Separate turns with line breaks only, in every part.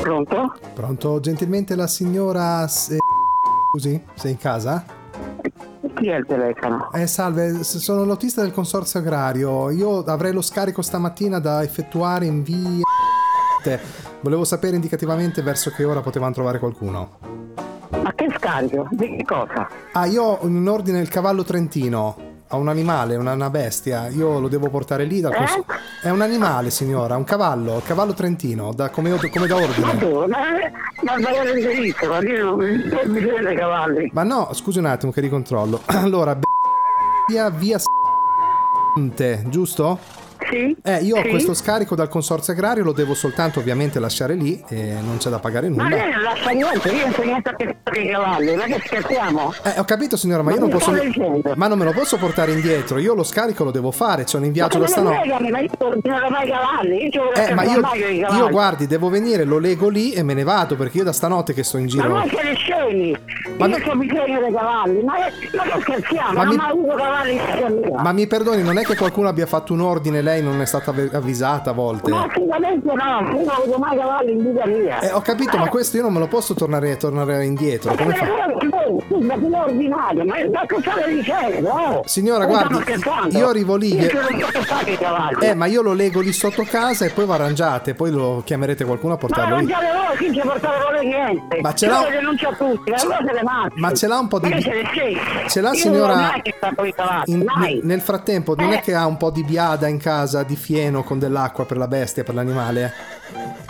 Pronto?
Pronto, gentilmente la signora... Se- Scusi, sei in casa?
Chi è il telefono?
Eh, salve, s- sono l'autista del consorzio agrario. Io avrei lo scarico stamattina da effettuare in via... Volevo sapere indicativamente verso che ora potevano trovare qualcuno.
Ma che scarico? Di che cosa?
Ah, io ho in ordine il cavallo trentino. A un animale, una, una bestia. Io lo devo portare lì dal
Eh?
cons- È un animale, signora, un cavallo, il cavallo trentino, da- come, come da
Ma
ordine.
tu, ma, ma dove l'indirizzo? Ma io non non mi vedo i cavalli.
Ma no, scusi un attimo che ricontrollo. Allora, be- via via S- giusto?
Sì?
Eh, io ho
Sì?
questo scarico dal consorzio agrario, lo devo soltanto ovviamente lasciare lì e non c'è da pagare
Ma
nulla.
lei non lascia niente, io non so niente a che fare i cavalli, ma che scherziamo?
Eh, ho capito signora, ma,
Ma
io non
mi
posso.
sta leggendo?
Ma non me lo posso portare indietro, io lo scarico lo devo fare, sono in viaggio
ma
da
non
stanotte.
fregami, ma io non ho mai i cavalli, io ci voglio
Eh, ma io,
mai i cavalli.
io guardi, devo venire, lo lego lì e me ne vado perché io da stanotte che sto in
Ma
giro.
voi siete scemi!
Ma
io
mi-
ho bisogno dei cavalli, ma, ma che scherziamo?
Ma
non
mi-
ho mai avuto cavalli in vita mia.
Ma mi perdoni, non è che qualcuno abbia fatto un ordine e lei non è stata avve- avvisata a volte?
Ma assolutamente no, io non ho avuto mai cavalli in vita mia.
Eh, ho capito, ma questo io non me lo posso tornare, tornare indietro.
Ma
Come
come
fa?
voi, scusa, come ordinario, ma, ma che state dicendo? Oh?
Signora,
Ma stiamo
guardi,
scherzando?
io arrivo lì
Io
che-
ci non so che fare i cavalli.
Eh, ma io lo lego lì sotto casa e poi va arrangiate, poi lo chiamerete qualcuno a
ma
portarlo
non
lì.
c'è voi, chi ci portava voi niente.
Ma ce l'ha-
Io le denuncio a tutti, ma voi siete matti.
Ma ce l'ha un po' di-
Ma che siete scemi?
Ce l'ha
Io
signora.
Non ho mai che sta con i cavalli,
In-
mai.
nel frattempo, non è
Eh.
che ha un po' di biada in casa di fieno con dell'acqua per la bestia, per l'animale? eh?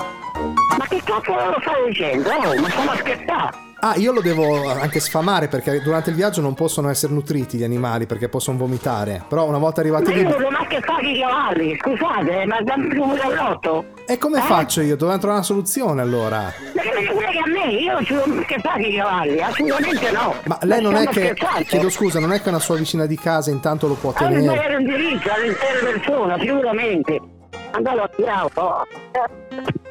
Ma che cazzo lo stai dicendo? Oh, ma stiamo scherzando.
Ah, io lo devo anche sfamare perché durante il viaggio non possono essere nutriti gli animali perché possono vomitare. Però una volta
Ma io
arrivati lì.
non ho mai che fare i cavalli, scusate, ma dammi un gallotto.
E come
Eh?
faccio io? Dovevo trovare una soluzione allora.
Ma che me ne frega a me? Io non ci ho mai che fare i cavalli, assolutamente no.
Ma lei non è
stiamo
che.
scherzando?
Chiedo scusa, non è che una sua vicina di casa intanto lo può
Ah, mi
tenere.
era un diritto all'intera persona, sicuramente. Andalo a tirare.